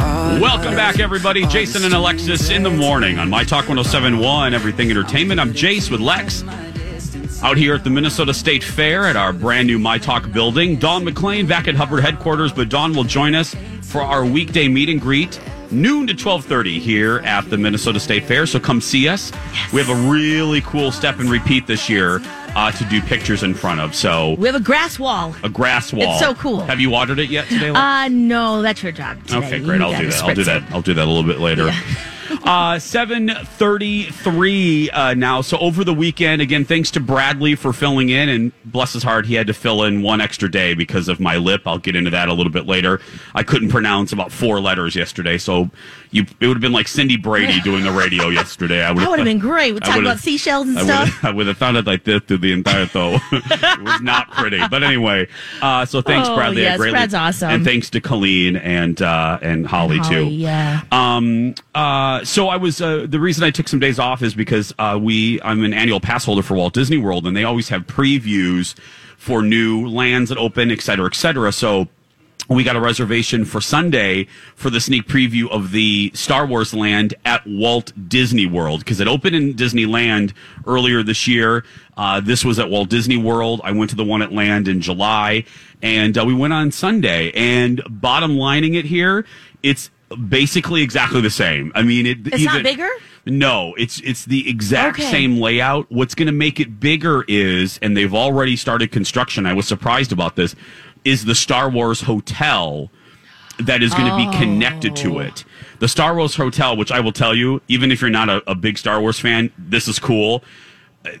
Speaker 4: Welcome back, everybody. Jason and Alexis in the morning on My Talk 1071, Everything Entertainment. I'm Jace with Lex out here at the Minnesota State Fair at our brand new My Talk building. Don McLean back at Hubbard headquarters, but Don will join us for our weekday meet and greet noon to 12:30 here at the Minnesota State Fair. So come see us. We have a really cool step and repeat this year uh, to do pictures in front of. So
Speaker 5: We have a grass wall.
Speaker 4: a grass wall.
Speaker 5: It's so cool.
Speaker 4: Have you watered it yet today? Lex?
Speaker 5: Uh no, that's your job. Today.
Speaker 4: Okay, great.
Speaker 5: You
Speaker 4: I'll
Speaker 5: gotta
Speaker 4: do that. I'll do
Speaker 5: spritz
Speaker 4: that. I'll do that a little bit later. uh, Seven thirty-three uh, now. So over the weekend, again, thanks to Bradley for filling in, and bless his heart, he had to fill in one extra day because of my lip. I'll get into that a little bit later. I couldn't pronounce about four letters yesterday, so you it would have been like Cindy Brady doing the radio yesterday. I
Speaker 5: That would have been great. We
Speaker 4: I
Speaker 5: talk
Speaker 4: would've-
Speaker 5: about seashells and
Speaker 4: I
Speaker 5: stuff.
Speaker 4: Would, I would have sounded like this through the entire show. it was not pretty, but anyway. Uh, so thanks,
Speaker 5: Oh,
Speaker 4: Bradley. I
Speaker 5: yes,
Speaker 4: greatly-
Speaker 5: Brad's awesome.
Speaker 4: And thanks to Colleen and uh, and Holly, too.
Speaker 5: Holly, yeah.
Speaker 4: Um. Uh. So I was uh, the reason I took some days off is because uh, we I'm an annual pass holder for Walt Disney World, and they always have previews for new lands that open, et cetera, et cetera. So we got a reservation for Sunday for the sneak preview of the Star Wars land at Walt Disney World because it opened in Disneyland earlier this year. Uh, this was at Walt Disney World. I went to the one at land in July and uh, we went on Sunday. And bottom lining it here, it's basically exactly the same. I mean, it,
Speaker 5: It's not bigger?
Speaker 4: No, it's it's the exact
Speaker 5: Okay.
Speaker 4: same layout. What's going to make it bigger is, and they've already started construction. I was surprised about this. Is the Star Wars hotel that is going to
Speaker 5: Oh.
Speaker 4: be connected to it? The Star Wars hotel, which I will tell you, even if you're not a, a big Star Wars fan, this is cool.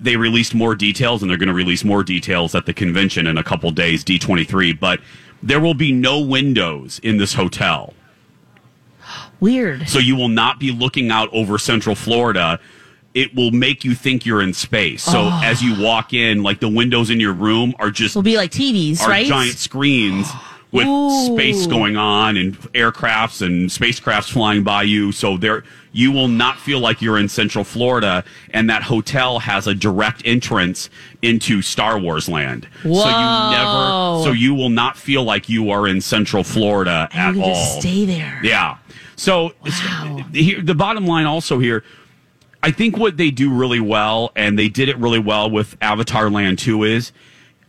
Speaker 4: They released more details, and they're going to release more details at the convention in a couple days, D23. But there will be no windows in this hotel.
Speaker 5: Weird.
Speaker 4: So you will not be looking out over Central Florida. It will make you think you're in space. So
Speaker 5: Oh.
Speaker 4: as you walk in, like the windows in your room are just
Speaker 5: Will be like TVs,
Speaker 4: are
Speaker 5: right?
Speaker 4: giant screens with space
Speaker 9: Ooh.
Speaker 4: going on and aircrafts and spacecrafts flying by you. So there, you will not feel like you're in Central Florida. And that hotel has a direct entrance into Star Wars land. So you
Speaker 5: Whoa.
Speaker 4: never, so you will not feel like you are in Central Florida at
Speaker 5: you can
Speaker 4: all.
Speaker 5: just stay there.
Speaker 4: Yeah. So it's- here, the bottom line also here, I think what they do really well, and they did it really well with Avatar Land 2 is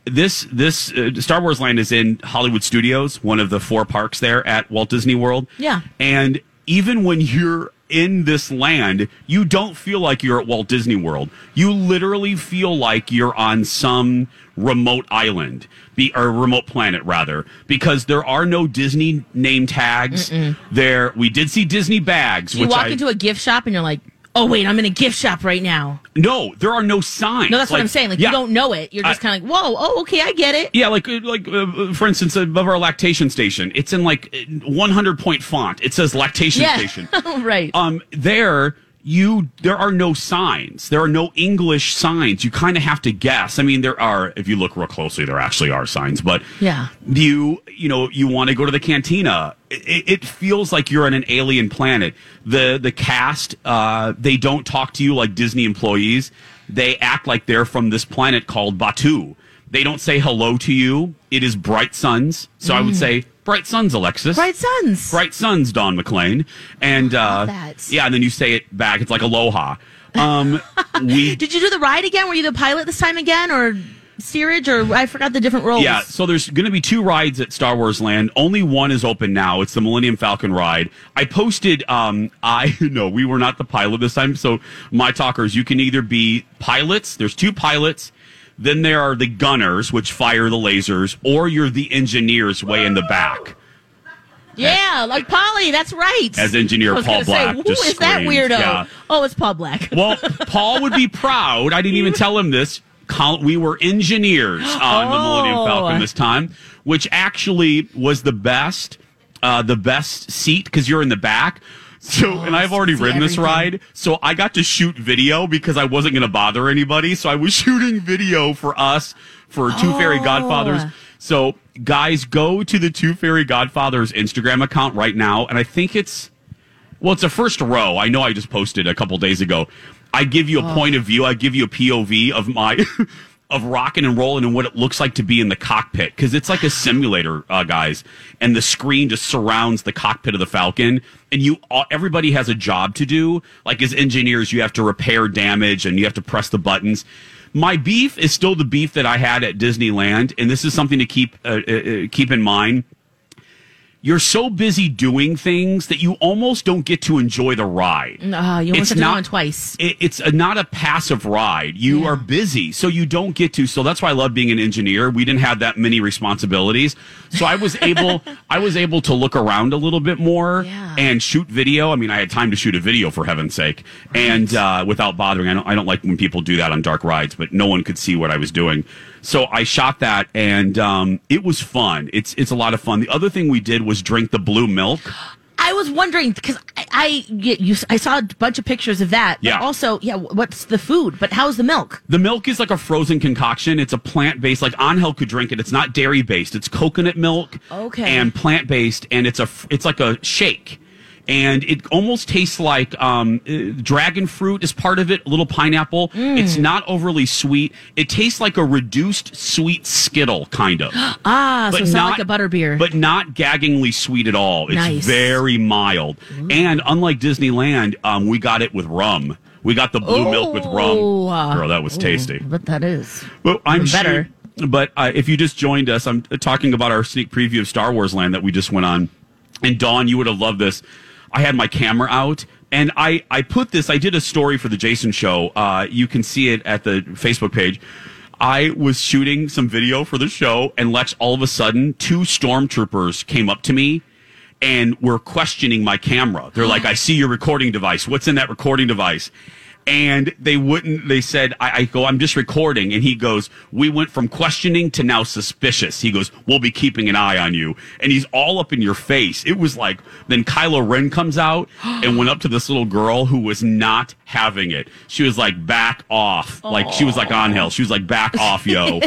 Speaker 4: this this uh, Star Wars Land is in Hollywood Studios, one of the four parks there at Walt Disney World.
Speaker 5: Yeah.
Speaker 4: And even when you're in this land, you don't feel like you're at Walt Disney World. You literally feel like you're on some remote island, be, or remote planet rather, because there are no Disney name tags.
Speaker 5: Mm-mm.
Speaker 4: There, we did see Disney bags.
Speaker 5: You
Speaker 4: which
Speaker 5: walk
Speaker 4: I,
Speaker 5: into a gift shop and you're like, oh, wait, I'm in a gift shop right now.
Speaker 4: no, there are no signs.
Speaker 5: No, that's what I'm saying. Like,
Speaker 4: yeah.
Speaker 5: you don't know it. You're just
Speaker 4: I-
Speaker 5: kind of like, whoa, oh, okay, I get it.
Speaker 4: Yeah, like like uh, for instance, above our lactation station, it's in like 100 point font. It says lactation station.
Speaker 5: yeah. right.
Speaker 4: Um, there you there are no signs. There are no English signs. You kind of have to guess. I mean, there are. If you look real closely, there actually are signs, but
Speaker 5: Yeah.
Speaker 4: you you know you want to go to the cantina it, it feels like you're on an alien planet the the cast uh they don't talk to you like disney employees they act like they're from this planet called batu they don't say hello to you it is bright suns so i would
Speaker 5: Mm.
Speaker 4: say bright suns alexis
Speaker 5: Bright Suns.
Speaker 4: bright suns don mclean and uh
Speaker 5: that.
Speaker 4: yeah and then you say it back it's like aloha um we
Speaker 5: Did you do the ride again? Were you the pilot this time again or steerage or I forgot the different roles?
Speaker 4: Yeah, so there's going to be two rides at Star Wars Land. Only one is open now. It's the Millennium Falcon ride. I posted. Um, I no, we were not the pilot this time. So my talkers, you can either be pilots. There's two pilots. Then there are the gunners, which fire the lasers, or you're the engineers way in the back.
Speaker 5: Yeah, like Polly, that's right.
Speaker 4: As engineer
Speaker 5: I was
Speaker 4: Paul
Speaker 5: gonna say,
Speaker 4: Black
Speaker 5: Who
Speaker 4: just
Speaker 5: is that
Speaker 4: screamed,
Speaker 5: weirdo?
Speaker 4: yeah.
Speaker 5: Oh, it's Paul Black.
Speaker 4: Well, Paul would be proud. I didn't even tell him this. Col- We were engineers on the Millennium
Speaker 5: Oh.
Speaker 4: Falcon this time, which actually was the best, uh, the best seat because you're in the back. So,
Speaker 5: Oh,
Speaker 4: and I've already ridden this ride, so I got to shoot video because I wasn't going to bother anybody. So I was shooting video for us for Two Fairy
Speaker 5: Oh.
Speaker 4: Godfathers. So, guys, go to the Two Fairy Godfathers Instagram account right now, and I think it's well, it's a first row. I know I just posted a couple days ago. I give you a
Speaker 5: Oh.
Speaker 4: point of view. I give you a POV of my of rocking and rolling and what it looks like to be in the cockpit because it's like a simulator, uh, guys. And the screen just surrounds the cockpit of the Falcon, and you all, everybody has a job to do. Like as engineers, you have to repair damage and you have to press the buttons. My beef is still the beef that I had at Disneyland, and this is something to keep uh, uh, uh, keep in mind you're so busy doing things that you almost don't get to enjoy the ride.
Speaker 5: Uh, you almost have to go on twice.
Speaker 4: It, it's a, not a passive ride. You are busy, so you don't get to. So that's why I love being an engineer. We didn't have that many responsibilities, so I was able. I was able to look around a little bit more and shoot video. I mean, I had time to shoot a video for heaven's sake, and uh, without bothering. I don't. I don't like when people do that on dark rides, but no one could see what I was doing. So I shot that, and um, it was fun. It's it's a lot of fun. The other thing we did was drink the blue milk.
Speaker 5: I was wondering because I, I get you. I saw a bunch of pictures of that. but
Speaker 4: Yeah.
Speaker 5: also, yeah. What's the food? But how's the milk?
Speaker 4: The milk is like a frozen concoction. It's a plant based, like Angel could drink it. It's not dairy based. It's coconut milk.
Speaker 5: Okay.
Speaker 4: And plant based, and it's a f- it's like a shake, and it almost tastes like um, uh, dragon fruit is part of it. A little pineapple.
Speaker 5: Mm.
Speaker 4: It's not overly sweet. It tastes like a reduced sweet Skittle kind of.
Speaker 5: Ah, so
Speaker 4: But
Speaker 5: it's not,
Speaker 4: not-
Speaker 5: like a butter beer.
Speaker 4: But not gaggingly sweet at all. It's
Speaker 5: Nice.
Speaker 4: very mild. And unlike Disneyland, um, we got it with rum. We got the blue milk with rum. Girl, that was tasty.
Speaker 5: But that is.
Speaker 4: Well, I'm
Speaker 5: Even better.
Speaker 4: Sure, but uh, if you just joined us, I'm uh, talking about our sneak preview of Star Wars Land that we just went on. And Dawn, you would have loved this. I had my camera out, and I I put this. I did a story for the Jason Show. Uh, you can see it at the Facebook page. I was shooting some video for the show, and Lex, all of a sudden, two stormtroopers came up to me and were questioning my camera. They're like, I see your recording device. What's in that recording device? And they wouldn't, they said, I, I go, I'm just recording. And he goes, We went from questioning to now suspicious. He goes, We'll be keeping an eye on you. And he's all up in your face. It was like, then Kylo Ren comes out and went up to this little girl who was not having it. She was like, Back off. Like, she was like on hell. She was like, Back off, yo.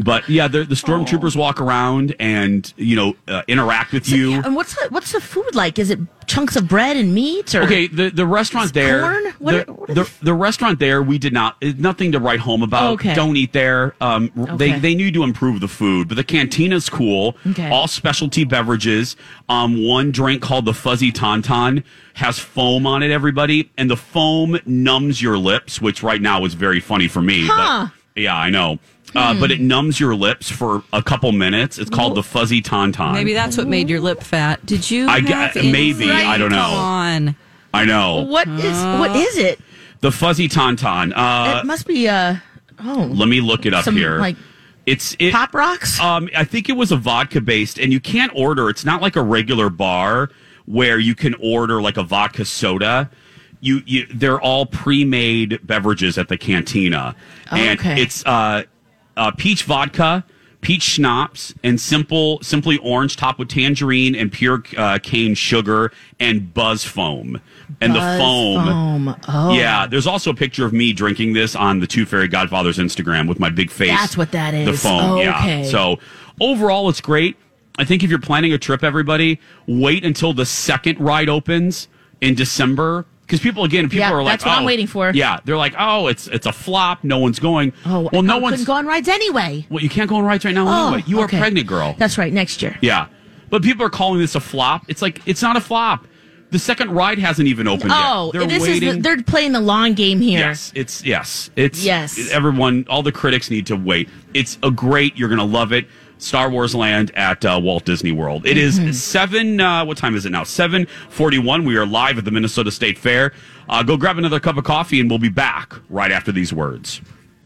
Speaker 4: But yeah, the, the stormtroopers walk around and you know uh, interact with you.
Speaker 5: And what's the, what's the food like? Is it chunks of bread and meat or
Speaker 4: Okay, the the restaurant
Speaker 5: Is
Speaker 4: there.
Speaker 5: corn? What
Speaker 4: the,
Speaker 5: are- what
Speaker 4: the, the restaurant there, we did not it- nothing to write home about.
Speaker 5: Okay.
Speaker 4: Don't eat there. Um, r-
Speaker 5: Okay.
Speaker 4: They they need to improve the food, but the cantina's cool.
Speaker 5: Okay.
Speaker 4: All specialty beverages. Um, one drink called the fuzzy tauntaun has foam on it. Everybody, and the foam numbs your lips, which right now is very funny for me.
Speaker 5: Huh.
Speaker 4: But, yeah, I know. Uh,
Speaker 3: Hmm.
Speaker 4: But it numbs your lips for a couple minutes. It's called the fuzzy tauntaun.
Speaker 3: Maybe that's what made your lip fat. Did you?
Speaker 4: I
Speaker 3: have
Speaker 4: gu- maybe,
Speaker 3: anything?
Speaker 4: I don't know.
Speaker 3: Come on.
Speaker 4: I know.
Speaker 5: What is what is it?
Speaker 4: The fuzzy tauntaun. Uh,
Speaker 5: it must be uh oh.
Speaker 4: Let me look it up
Speaker 5: Some,
Speaker 4: here.
Speaker 5: like,
Speaker 4: it's it,
Speaker 5: Pop Rocks?
Speaker 4: Um, I think it was a vodka based, and you can't order. It's not like a regular bar where you can order like a vodka soda. You, you they're all pre-made beverages at the cantina, and
Speaker 5: Oh, Okay.
Speaker 4: it's uh, uh, peach vodka. Peach schnapps and simple, simply orange topped with tangerine and pure uh, cane sugar and buzz foam. And the
Speaker 5: Buzz
Speaker 4: foam,
Speaker 5: foam. Oh.
Speaker 4: yeah, there's also a picture of me drinking this on the Two Fairy Godfathers Instagram with my big face.
Speaker 5: That's what that is.
Speaker 4: The phone, yeah.
Speaker 5: Okay.
Speaker 4: So overall, it's great. I think if you're planning a trip, everybody wait until the second ride opens in December because people again, people
Speaker 5: Yeah,
Speaker 4: are like,
Speaker 5: that's what I'm
Speaker 4: oh,
Speaker 5: waiting for.
Speaker 4: Yeah, they're like, oh, it's it's a flop. No one's going.
Speaker 5: Oh,
Speaker 4: well,
Speaker 5: I
Speaker 4: no
Speaker 5: couldn't
Speaker 4: one's.
Speaker 5: go on rides anyway.
Speaker 4: well, you can't go on rides right now
Speaker 5: Oh,
Speaker 4: anyway. You are
Speaker 5: okay.
Speaker 4: pregnant, girl.
Speaker 5: That's right. Next year.
Speaker 4: yeah, but people are calling this a flop. It's like it's not a flop. The second ride hasn't even opened
Speaker 5: Oh,
Speaker 4: yet. They're
Speaker 5: this
Speaker 4: waiting.
Speaker 5: is the, they're playing the long game here.
Speaker 4: Yes, it's yes, it's
Speaker 5: Yes.
Speaker 4: Everyone, all the critics need to wait. It's a great. You're gonna love it. Star Wars Land at uh, Walt Disney World. It is
Speaker 5: Mhm.
Speaker 4: seven. Uh, what time is it now? Seven forty-one. We are live at the Minnesota State Fair. Uh, go grab another cup of coffee, and we'll be back right after these words.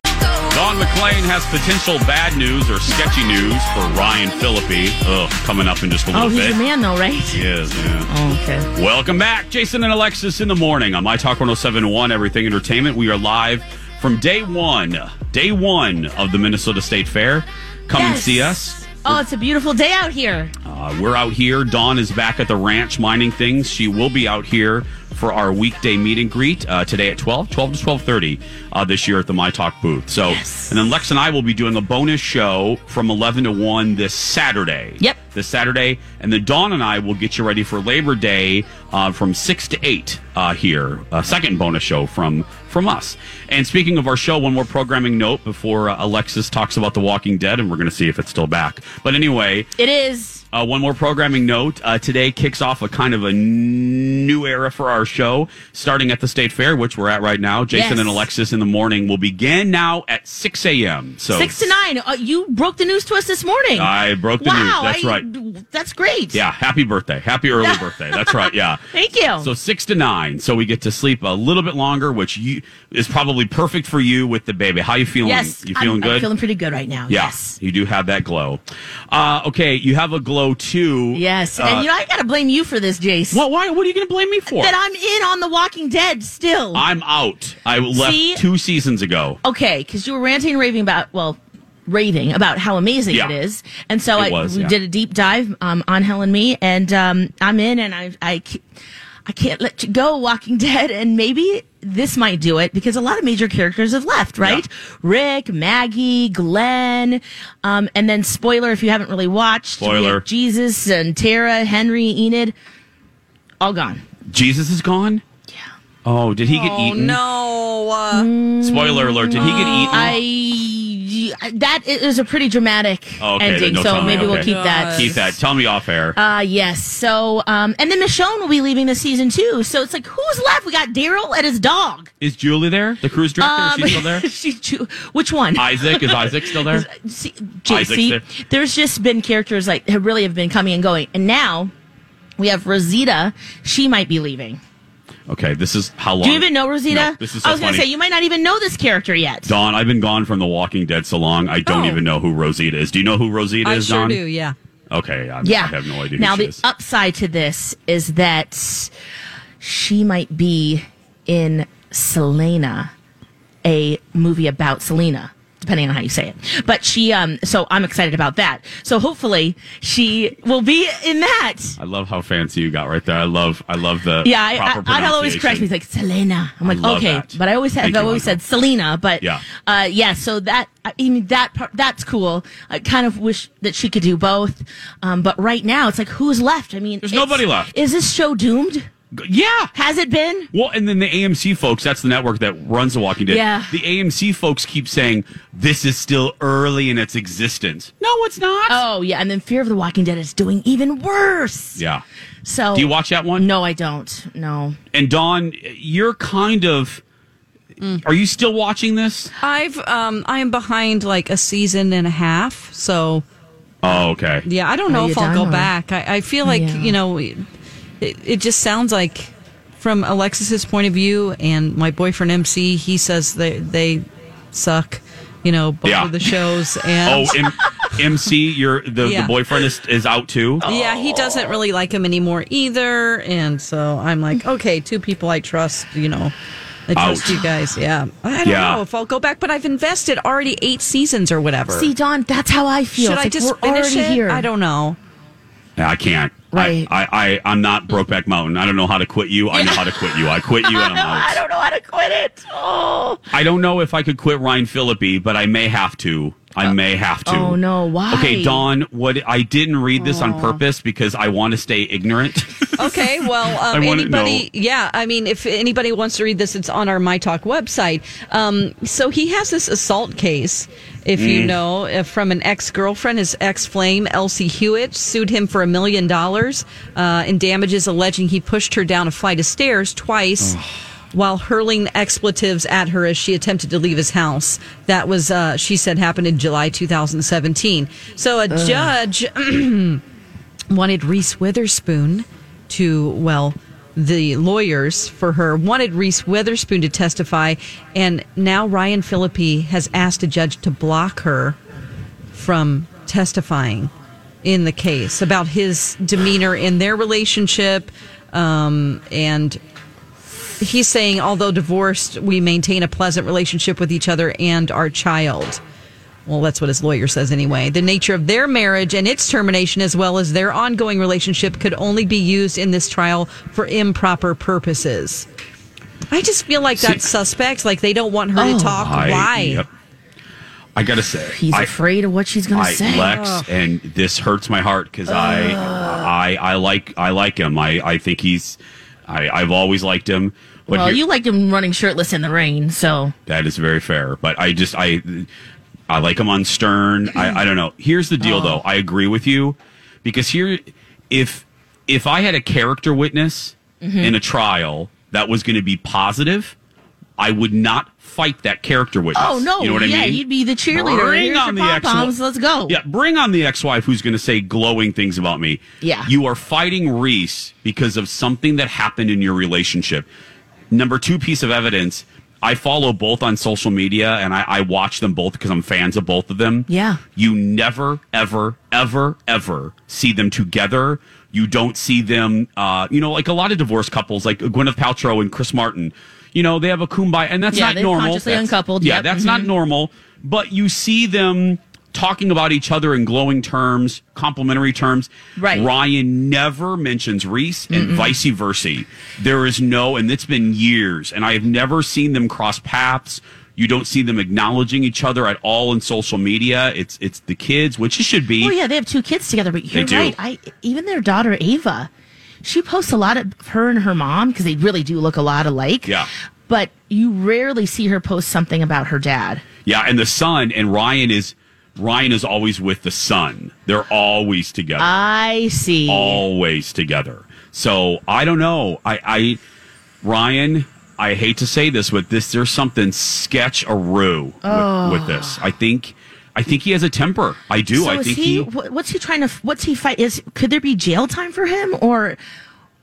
Speaker 4: Don McLean has potential bad news or sketchy news for Ryan Philippi. Ugh, coming up in just a little
Speaker 5: Oh, he's
Speaker 4: bit.
Speaker 5: a man though, right? Oh,
Speaker 4: He is, yeah.
Speaker 5: okay.
Speaker 4: Welcome back, Jason and Alexis in the morning on My Talk 1071 Everything Entertainment. We are live from day one, day one of the Minnesota State Fair. Come and
Speaker 5: Yes.
Speaker 4: see us.
Speaker 5: Oh, it's a beautiful day out here.
Speaker 4: Uh, we're out here. Dawn is back at the ranch mining things. She will be out here for our weekday meet and greet uh, today at 12, 12 to 12.30 uh, this year at the My Talk booth. So, And then Lex and I will be doing a bonus show from 11 to 1 this Saturday. Yep. This Saturday. And then Dawn and I will get you ready for Labor Day uh, from 6 to 8 uh, here. A second bonus show from from us. And speaking of our show, one more programming note before uh, Alexis talks about The Walking Dead, and we're going to see if it's still back. But anyway,
Speaker 5: It is.
Speaker 4: uh, one more programming note. Uh, today kicks off a kind of a new era for our show, starting at the State Fair, which we're at right now. Jason
Speaker 5: Yes.
Speaker 4: and Alexis in the morning will begin now at 6 a.m. So
Speaker 5: Six to nine. Uh, you broke the news to us this morning.
Speaker 4: I broke the
Speaker 5: wow,
Speaker 4: news. That's
Speaker 5: I-
Speaker 4: right.
Speaker 5: That's great.
Speaker 4: Yeah, happy birthday. Happy early birthday. That's right. Yeah.
Speaker 5: Thank you.
Speaker 4: So six to nine. So we get to sleep a little bit longer, which you, is probably perfect for you with the baby. How you feeling?
Speaker 5: yes.
Speaker 4: you feeling
Speaker 5: I'm,
Speaker 4: good?
Speaker 5: I'm feeling pretty good right now.
Speaker 4: yeah,
Speaker 5: Yes.
Speaker 4: you do have that glow. Uh, okay, you have a glow too.
Speaker 5: Yes,
Speaker 4: Uh,
Speaker 5: and you know I gotta blame you for this, Jace.
Speaker 4: Well, why? What are you gonna blame me for?
Speaker 5: That I'm in on The Walking Dead still.
Speaker 4: I'm out. I left
Speaker 5: See?
Speaker 4: two seasons ago.
Speaker 5: okay, because you were ranting and raving about well, raving about how amazing
Speaker 4: Yeah.
Speaker 5: it is, and so
Speaker 4: It
Speaker 5: I
Speaker 4: was,
Speaker 5: we
Speaker 4: yeah.
Speaker 5: did a deep dive um, on Helen me, and um, I'm in, and I I ca- I can't let you go, Walking Dead, and maybe this might do it because a lot of major characters have left, right? Rick, Maggie, Glenn, um, and then spoiler if you haven't really watched, we
Speaker 4: Spoiler.
Speaker 5: have Jesus and Tara, Henry, Enid, all gone.
Speaker 4: Jesus is gone? Yeah. Oh, did he get eaten? Mm.
Speaker 5: no! uh, Mm,
Speaker 4: Spoiler alert, did he get eaten?
Speaker 5: I that is a pretty dramatic
Speaker 4: Oh, okay,
Speaker 5: ending,
Speaker 4: no
Speaker 5: so
Speaker 4: telling.
Speaker 5: maybe we'll
Speaker 4: Okay.
Speaker 5: keep that.
Speaker 4: Keep that. Tell me off air.
Speaker 5: Uh yes. So um and then Michonne will be leaving this season too. So it's like who's left? We got Daryl and his dog.
Speaker 4: is Julie there? The cruise director?
Speaker 5: Um,
Speaker 4: is she still there?
Speaker 5: she- Ju- which one?
Speaker 4: Isaac? Is Isaac still there?
Speaker 5: See,
Speaker 4: Isaac's
Speaker 5: JC,
Speaker 4: there.
Speaker 5: there's just been characters like have really have been coming and going, and now we have Rosita. She might be leaving.
Speaker 4: Okay, this is how long?
Speaker 5: Do you even know Rosita?
Speaker 4: No, this is so
Speaker 5: I was gonna
Speaker 4: funny.
Speaker 5: say you might not even know this character yet.
Speaker 4: Dawn, I've been gone from The Walking Dead so long, I don't
Speaker 5: Oh.
Speaker 4: even know who Rosita is. Do you know who Rosita
Speaker 5: I
Speaker 4: is,
Speaker 5: sure
Speaker 4: Dawn?
Speaker 5: do, yeah.
Speaker 4: Okay, I, I have no idea who
Speaker 5: Now
Speaker 4: she
Speaker 5: the
Speaker 4: is.
Speaker 5: upside to this is that she might be in Selena, a movie about Selena. depending on how you say it. But she, um, so I'm excited about that. So hopefully she will be in that.
Speaker 4: I love how fancy you got right there. I love, I love the
Speaker 5: Yeah, I,
Speaker 4: proper
Speaker 5: I, Adele always corrects me. He's like Selena. I'm
Speaker 4: I
Speaker 5: like,
Speaker 4: love
Speaker 5: okay,
Speaker 4: that.
Speaker 5: but I always have
Speaker 4: Thank you,
Speaker 5: I've always
Speaker 4: Michael.
Speaker 5: said Selena, but
Speaker 4: Yeah.
Speaker 5: uh, yeah. So that I mean that part, that's cool. I kind of wish that she could do both, um, but right now it's like who's left? I mean,
Speaker 4: There's
Speaker 5: it's-
Speaker 4: nobody left.
Speaker 5: Is this show doomed?
Speaker 4: Yeah.
Speaker 5: Has it been?
Speaker 4: Well, and then the AMC folks, that's the network that runs The Walking Dead.
Speaker 5: Yeah.
Speaker 4: The AMC folks keep saying this is still early in its existence. No, it's not.
Speaker 5: Oh yeah, and then Fear of the Walking Dead is doing even worse.
Speaker 4: Yeah.
Speaker 5: So
Speaker 4: Do you watch that one?
Speaker 5: No, I don't. No.
Speaker 4: And Dawn, you're kind of.
Speaker 5: Mm.
Speaker 4: Are you still watching this?
Speaker 3: I've um I am behind like a season and a half, so
Speaker 4: Oh, okay.
Speaker 3: yeah, I don't
Speaker 4: Are
Speaker 3: know
Speaker 4: you
Speaker 3: if I'll
Speaker 4: done
Speaker 3: go
Speaker 4: or-
Speaker 3: back. I, I feel like
Speaker 4: Yeah.
Speaker 3: you know, it, it just sounds like from Alexis's point of view, and my boyfriend MC, he says they they suck. You know, both
Speaker 4: Yeah.
Speaker 3: of the shows and
Speaker 4: Oh, M- MC, your the,
Speaker 3: Yeah.
Speaker 4: the boyfriend is, is out too.
Speaker 5: Oh,
Speaker 3: Yeah, he
Speaker 4: Oh.
Speaker 3: doesn't really like him anymore either. And so I'm like, okay, two people I trust, you know. I trust
Speaker 4: Ouch.
Speaker 3: you guys. Yeah. I don't
Speaker 4: Yeah.
Speaker 3: know if I'll go back, but I've invested already eight seasons or whatever.
Speaker 5: See, Don, that's how I feel.
Speaker 3: Should
Speaker 5: It's
Speaker 3: I
Speaker 5: like
Speaker 3: just
Speaker 5: we're
Speaker 3: finish
Speaker 5: already
Speaker 3: it?
Speaker 5: here.
Speaker 3: I don't know.
Speaker 4: Yeah, I can't.
Speaker 5: Right. Mm.
Speaker 4: I, I, I, I'm not Brokeback Mountain. I don't know how to quit you. I know how to quit you. I quit you and I'm out.
Speaker 5: I don't know how to quit it. Oh.
Speaker 4: I don't know if I could quit Ryan Philippi, but I may have to. I may have to.
Speaker 5: Oh no! Why?
Speaker 4: Okay, Dawn, what I didn't read this on purpose because I want to stay ignorant.
Speaker 3: Okay, well,
Speaker 4: I
Speaker 3: um,
Speaker 4: wanna
Speaker 3: anybody, yeah, I mean, if anybody wants to read this, it's on our My Talk website. Um, so he has this assault case, if you
Speaker 9: Mm.
Speaker 3: know, uh, from an ex girlfriend. His ex flame, Elsie Hewitt, sued him for a million dollars uh, in damages, alleging he pushed her down a flight of stairs twice. While hurling expletives at her as she attempted to leave his house. That was, uh, she said, happened in July 2017. So a
Speaker 9: Ugh.
Speaker 3: judge wanted Reese Witherspoon to, well, the lawyers for her wanted Reese Witherspoon to testify, and now Ryan Philippi has asked a judge to block her from testifying in the case about his demeanor in their relationship. Um, and he's saying, although divorced, we maintain a pleasant relationship with each other and our child. Well, that's what his lawyer says anyway. The nature of their marriage and its termination, as well as their ongoing relationship, could only be used in this trial for improper purposes. I just feel like that's suspect. Like they don't want her to talk.
Speaker 4: Oh, I,
Speaker 3: Why?
Speaker 4: yep. I gotta say,
Speaker 5: He's
Speaker 4: I,
Speaker 5: afraid of what she's going to
Speaker 4: I
Speaker 5: say.
Speaker 4: Lex, and this hurts my heart because I, I, I like, I like him. I, I think he's, I, I've always liked him. But
Speaker 5: well,
Speaker 4: here-
Speaker 5: you liked him running shirtless in the rain, so
Speaker 4: That is very fair, but I just I I like him on Stern. I, I don't know. Here's the
Speaker 5: Oh.
Speaker 4: deal, though. I agree with you because here, if if I had a character witness
Speaker 5: Mm-hmm.
Speaker 10: Mhm.
Speaker 4: in a trial that was going to be positive, I would not fight that character witness.
Speaker 5: Oh no!
Speaker 4: you know what
Speaker 5: yeah,
Speaker 4: I mean?
Speaker 5: you'd be the cheerleader.
Speaker 4: Bring
Speaker 5: Here's
Speaker 4: on
Speaker 5: your
Speaker 4: the
Speaker 5: pom-poms,
Speaker 4: ex-
Speaker 5: Let's go.
Speaker 4: Yeah, bring on the ex-wife who's going to say glowing things about me.
Speaker 5: Yeah.
Speaker 4: You are fighting Reese because of something that happened in your relationship. Number two piece of evidence, I follow both on social media and I, I watch them both because I'm fans of both of them.
Speaker 5: Yeah.
Speaker 4: You never, ever, ever, ever see them together. You don't see them, uh, you know, like a lot of divorced couples, like Gwyneth Paltrow and Chris Martin. You know, they have a kumbaya, and that's
Speaker 5: Yeah,
Speaker 4: not
Speaker 5: they've
Speaker 4: normal.
Speaker 5: consciously
Speaker 4: That's-
Speaker 5: uncoupled.
Speaker 4: Yeah,
Speaker 5: Yep.
Speaker 4: that's
Speaker 5: Mhm.
Speaker 4: not normal. But you see them talking about each other in glowing terms, complimentary terms.
Speaker 5: Right.
Speaker 4: Ryan never mentions Reese and
Speaker 5: Mm-mm.
Speaker 4: vice versa. There is no, and it's been years, and I have never seen them cross paths. You don't see them acknowledging each other at all in social media. It's it's the kids, which it should be.
Speaker 5: Well, yeah, they have two kids together, but
Speaker 4: They
Speaker 5: you're
Speaker 4: do.
Speaker 5: right. I even their daughter Ava, she posts a lot of her and her mom because they really do look a lot alike.
Speaker 4: Yeah.
Speaker 5: But you rarely see her post something about her dad.
Speaker 4: Yeah, and the son and Ryan is Ryan is always with the son. They're always together.
Speaker 5: Ah. I see.
Speaker 4: always together. So I don't know. I, I Ryan, I hate to say this, but this there's something sketch a roo
Speaker 5: Oh.
Speaker 4: with, with this. I think I think he has a temper. I do.
Speaker 5: So
Speaker 4: I
Speaker 5: is
Speaker 4: think
Speaker 5: he, wh- What's he trying to? f- What's he fight? Is could there be jail time for him or?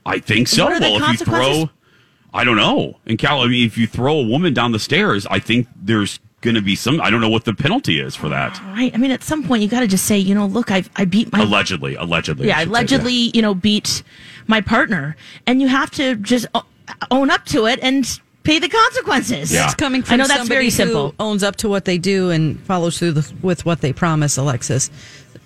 Speaker 4: I think so.
Speaker 5: What are the
Speaker 4: Well, if you
Speaker 5: consequences?
Speaker 4: throw, I don't know. In Cal, I mean, if you throw a woman down the stairs, I think there's going to be some. I don't know what the penalty is for that.
Speaker 5: Right. I mean, at some point you got to just say, you know, look, I I beat my
Speaker 4: Allegedly, allegedly.
Speaker 5: yeah,
Speaker 4: I
Speaker 5: I
Speaker 4: should say.
Speaker 5: allegedly, you know, beat my partner, and you have to just o- own up to it and pay the consequences.
Speaker 3: It's coming from
Speaker 5: I know that's
Speaker 3: somebody
Speaker 5: very simple.
Speaker 3: who owns up to what they do and follows through the, with what they promise, Alexis.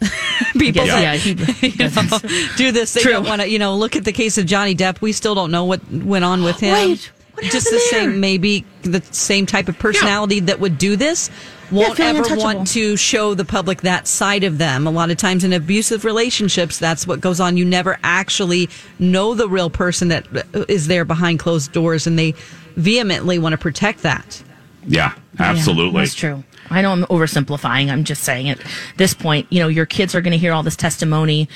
Speaker 3: People
Speaker 5: Yeah. Yeah,
Speaker 3: that you know, do this, they don't want to. You know, look at the case of Johnny Depp. We still don't know what went on with him.
Speaker 5: Right. What
Speaker 3: Just the
Speaker 5: happened there?
Speaker 3: same, maybe the same type of personality that would do this won't
Speaker 5: feeling
Speaker 3: ever
Speaker 5: untouchable.
Speaker 3: want to show the public that side of them. A lot of times in abusive relationships, that's what goes on. You never actually know the real person that is there behind closed doors, and they vehemently want to protect that.
Speaker 4: Yeah,
Speaker 5: Yeah,
Speaker 4: absolutely.
Speaker 5: that's true. I know I'm oversimplifying. I'm just saying at this point, you know, your kids are going to hear all this testimony.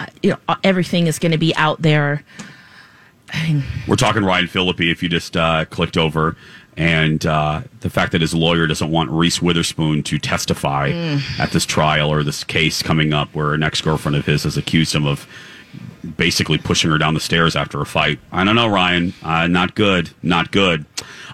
Speaker 5: Uh, you know, everything is going to be out there.
Speaker 4: We're talking Ryan Philippi. If you just uh, clicked over, and uh, the fact that his lawyer doesn't want Reese Witherspoon to testify
Speaker 9: Mm.
Speaker 4: at this trial or this case coming up, where an ex girlfriend of his has accused him of basically pushing her down the stairs after a fight. I don't know, Ryan. Uh, not good. Not good.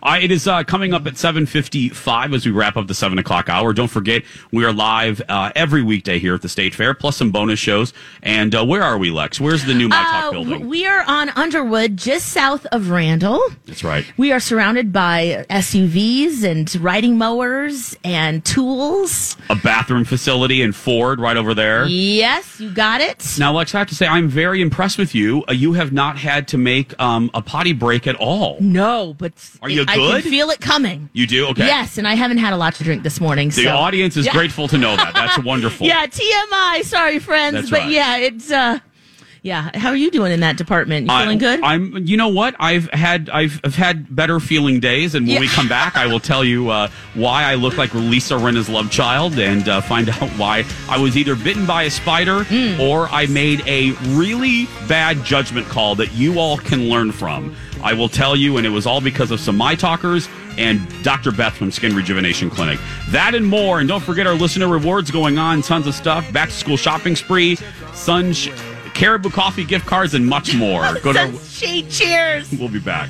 Speaker 4: Uh, it is uh, coming up at 7.55 as we wrap up the 7 o'clock hour. Don't forget, we are live uh, every weekday here at the State Fair, plus some bonus shows. And uh, where are we, Lex? Where's the new My Talk
Speaker 5: Uh,
Speaker 4: building?
Speaker 5: we are on Underwood, just south of Randall.
Speaker 4: That's right.
Speaker 5: We are surrounded by SUVs and riding mowers and tools.
Speaker 4: a bathroom facility in Ford right over there.
Speaker 5: Yes, you got it.
Speaker 4: Now, Lex, I have to say, I'm very impressed with you. Uh, you have not had to make um, a potty break at all.
Speaker 5: Mm, No, but
Speaker 4: Are you
Speaker 5: I can
Speaker 4: good?
Speaker 5: feel it coming.
Speaker 4: You do? Okay.
Speaker 5: Yes, and I haven't had a lot to drink this morning.
Speaker 4: The
Speaker 5: so.
Speaker 4: audience is
Speaker 5: Yeah.
Speaker 4: grateful to know that. That's wonderful.
Speaker 5: Yeah, TMI. Sorry, friends,
Speaker 4: That's
Speaker 5: but
Speaker 4: right.
Speaker 5: yeah, it's uh, yeah. How are you doing in that department? You feeling
Speaker 4: I,
Speaker 5: good?
Speaker 4: I'm. You know what? I've had. I've, I've had better feeling days, and when
Speaker 5: Yeah.
Speaker 4: we come back, I will tell you uh, why I look like Lisa Rinna's love child, and uh, find out why I was either bitten by a spider or I made a really bad judgment call that you all can learn from. I will tell you, and it was all because of some my talkers and Dr. Beth from Skin Rejuvenation Clinic. That and more, and don't forget our listener rewards going on. Tons of stuff. Back to school shopping spree. Sun. Sh- Caribou Coffee gift cards and much more. Go to
Speaker 5: Sunshade cheers.
Speaker 4: We'll be back.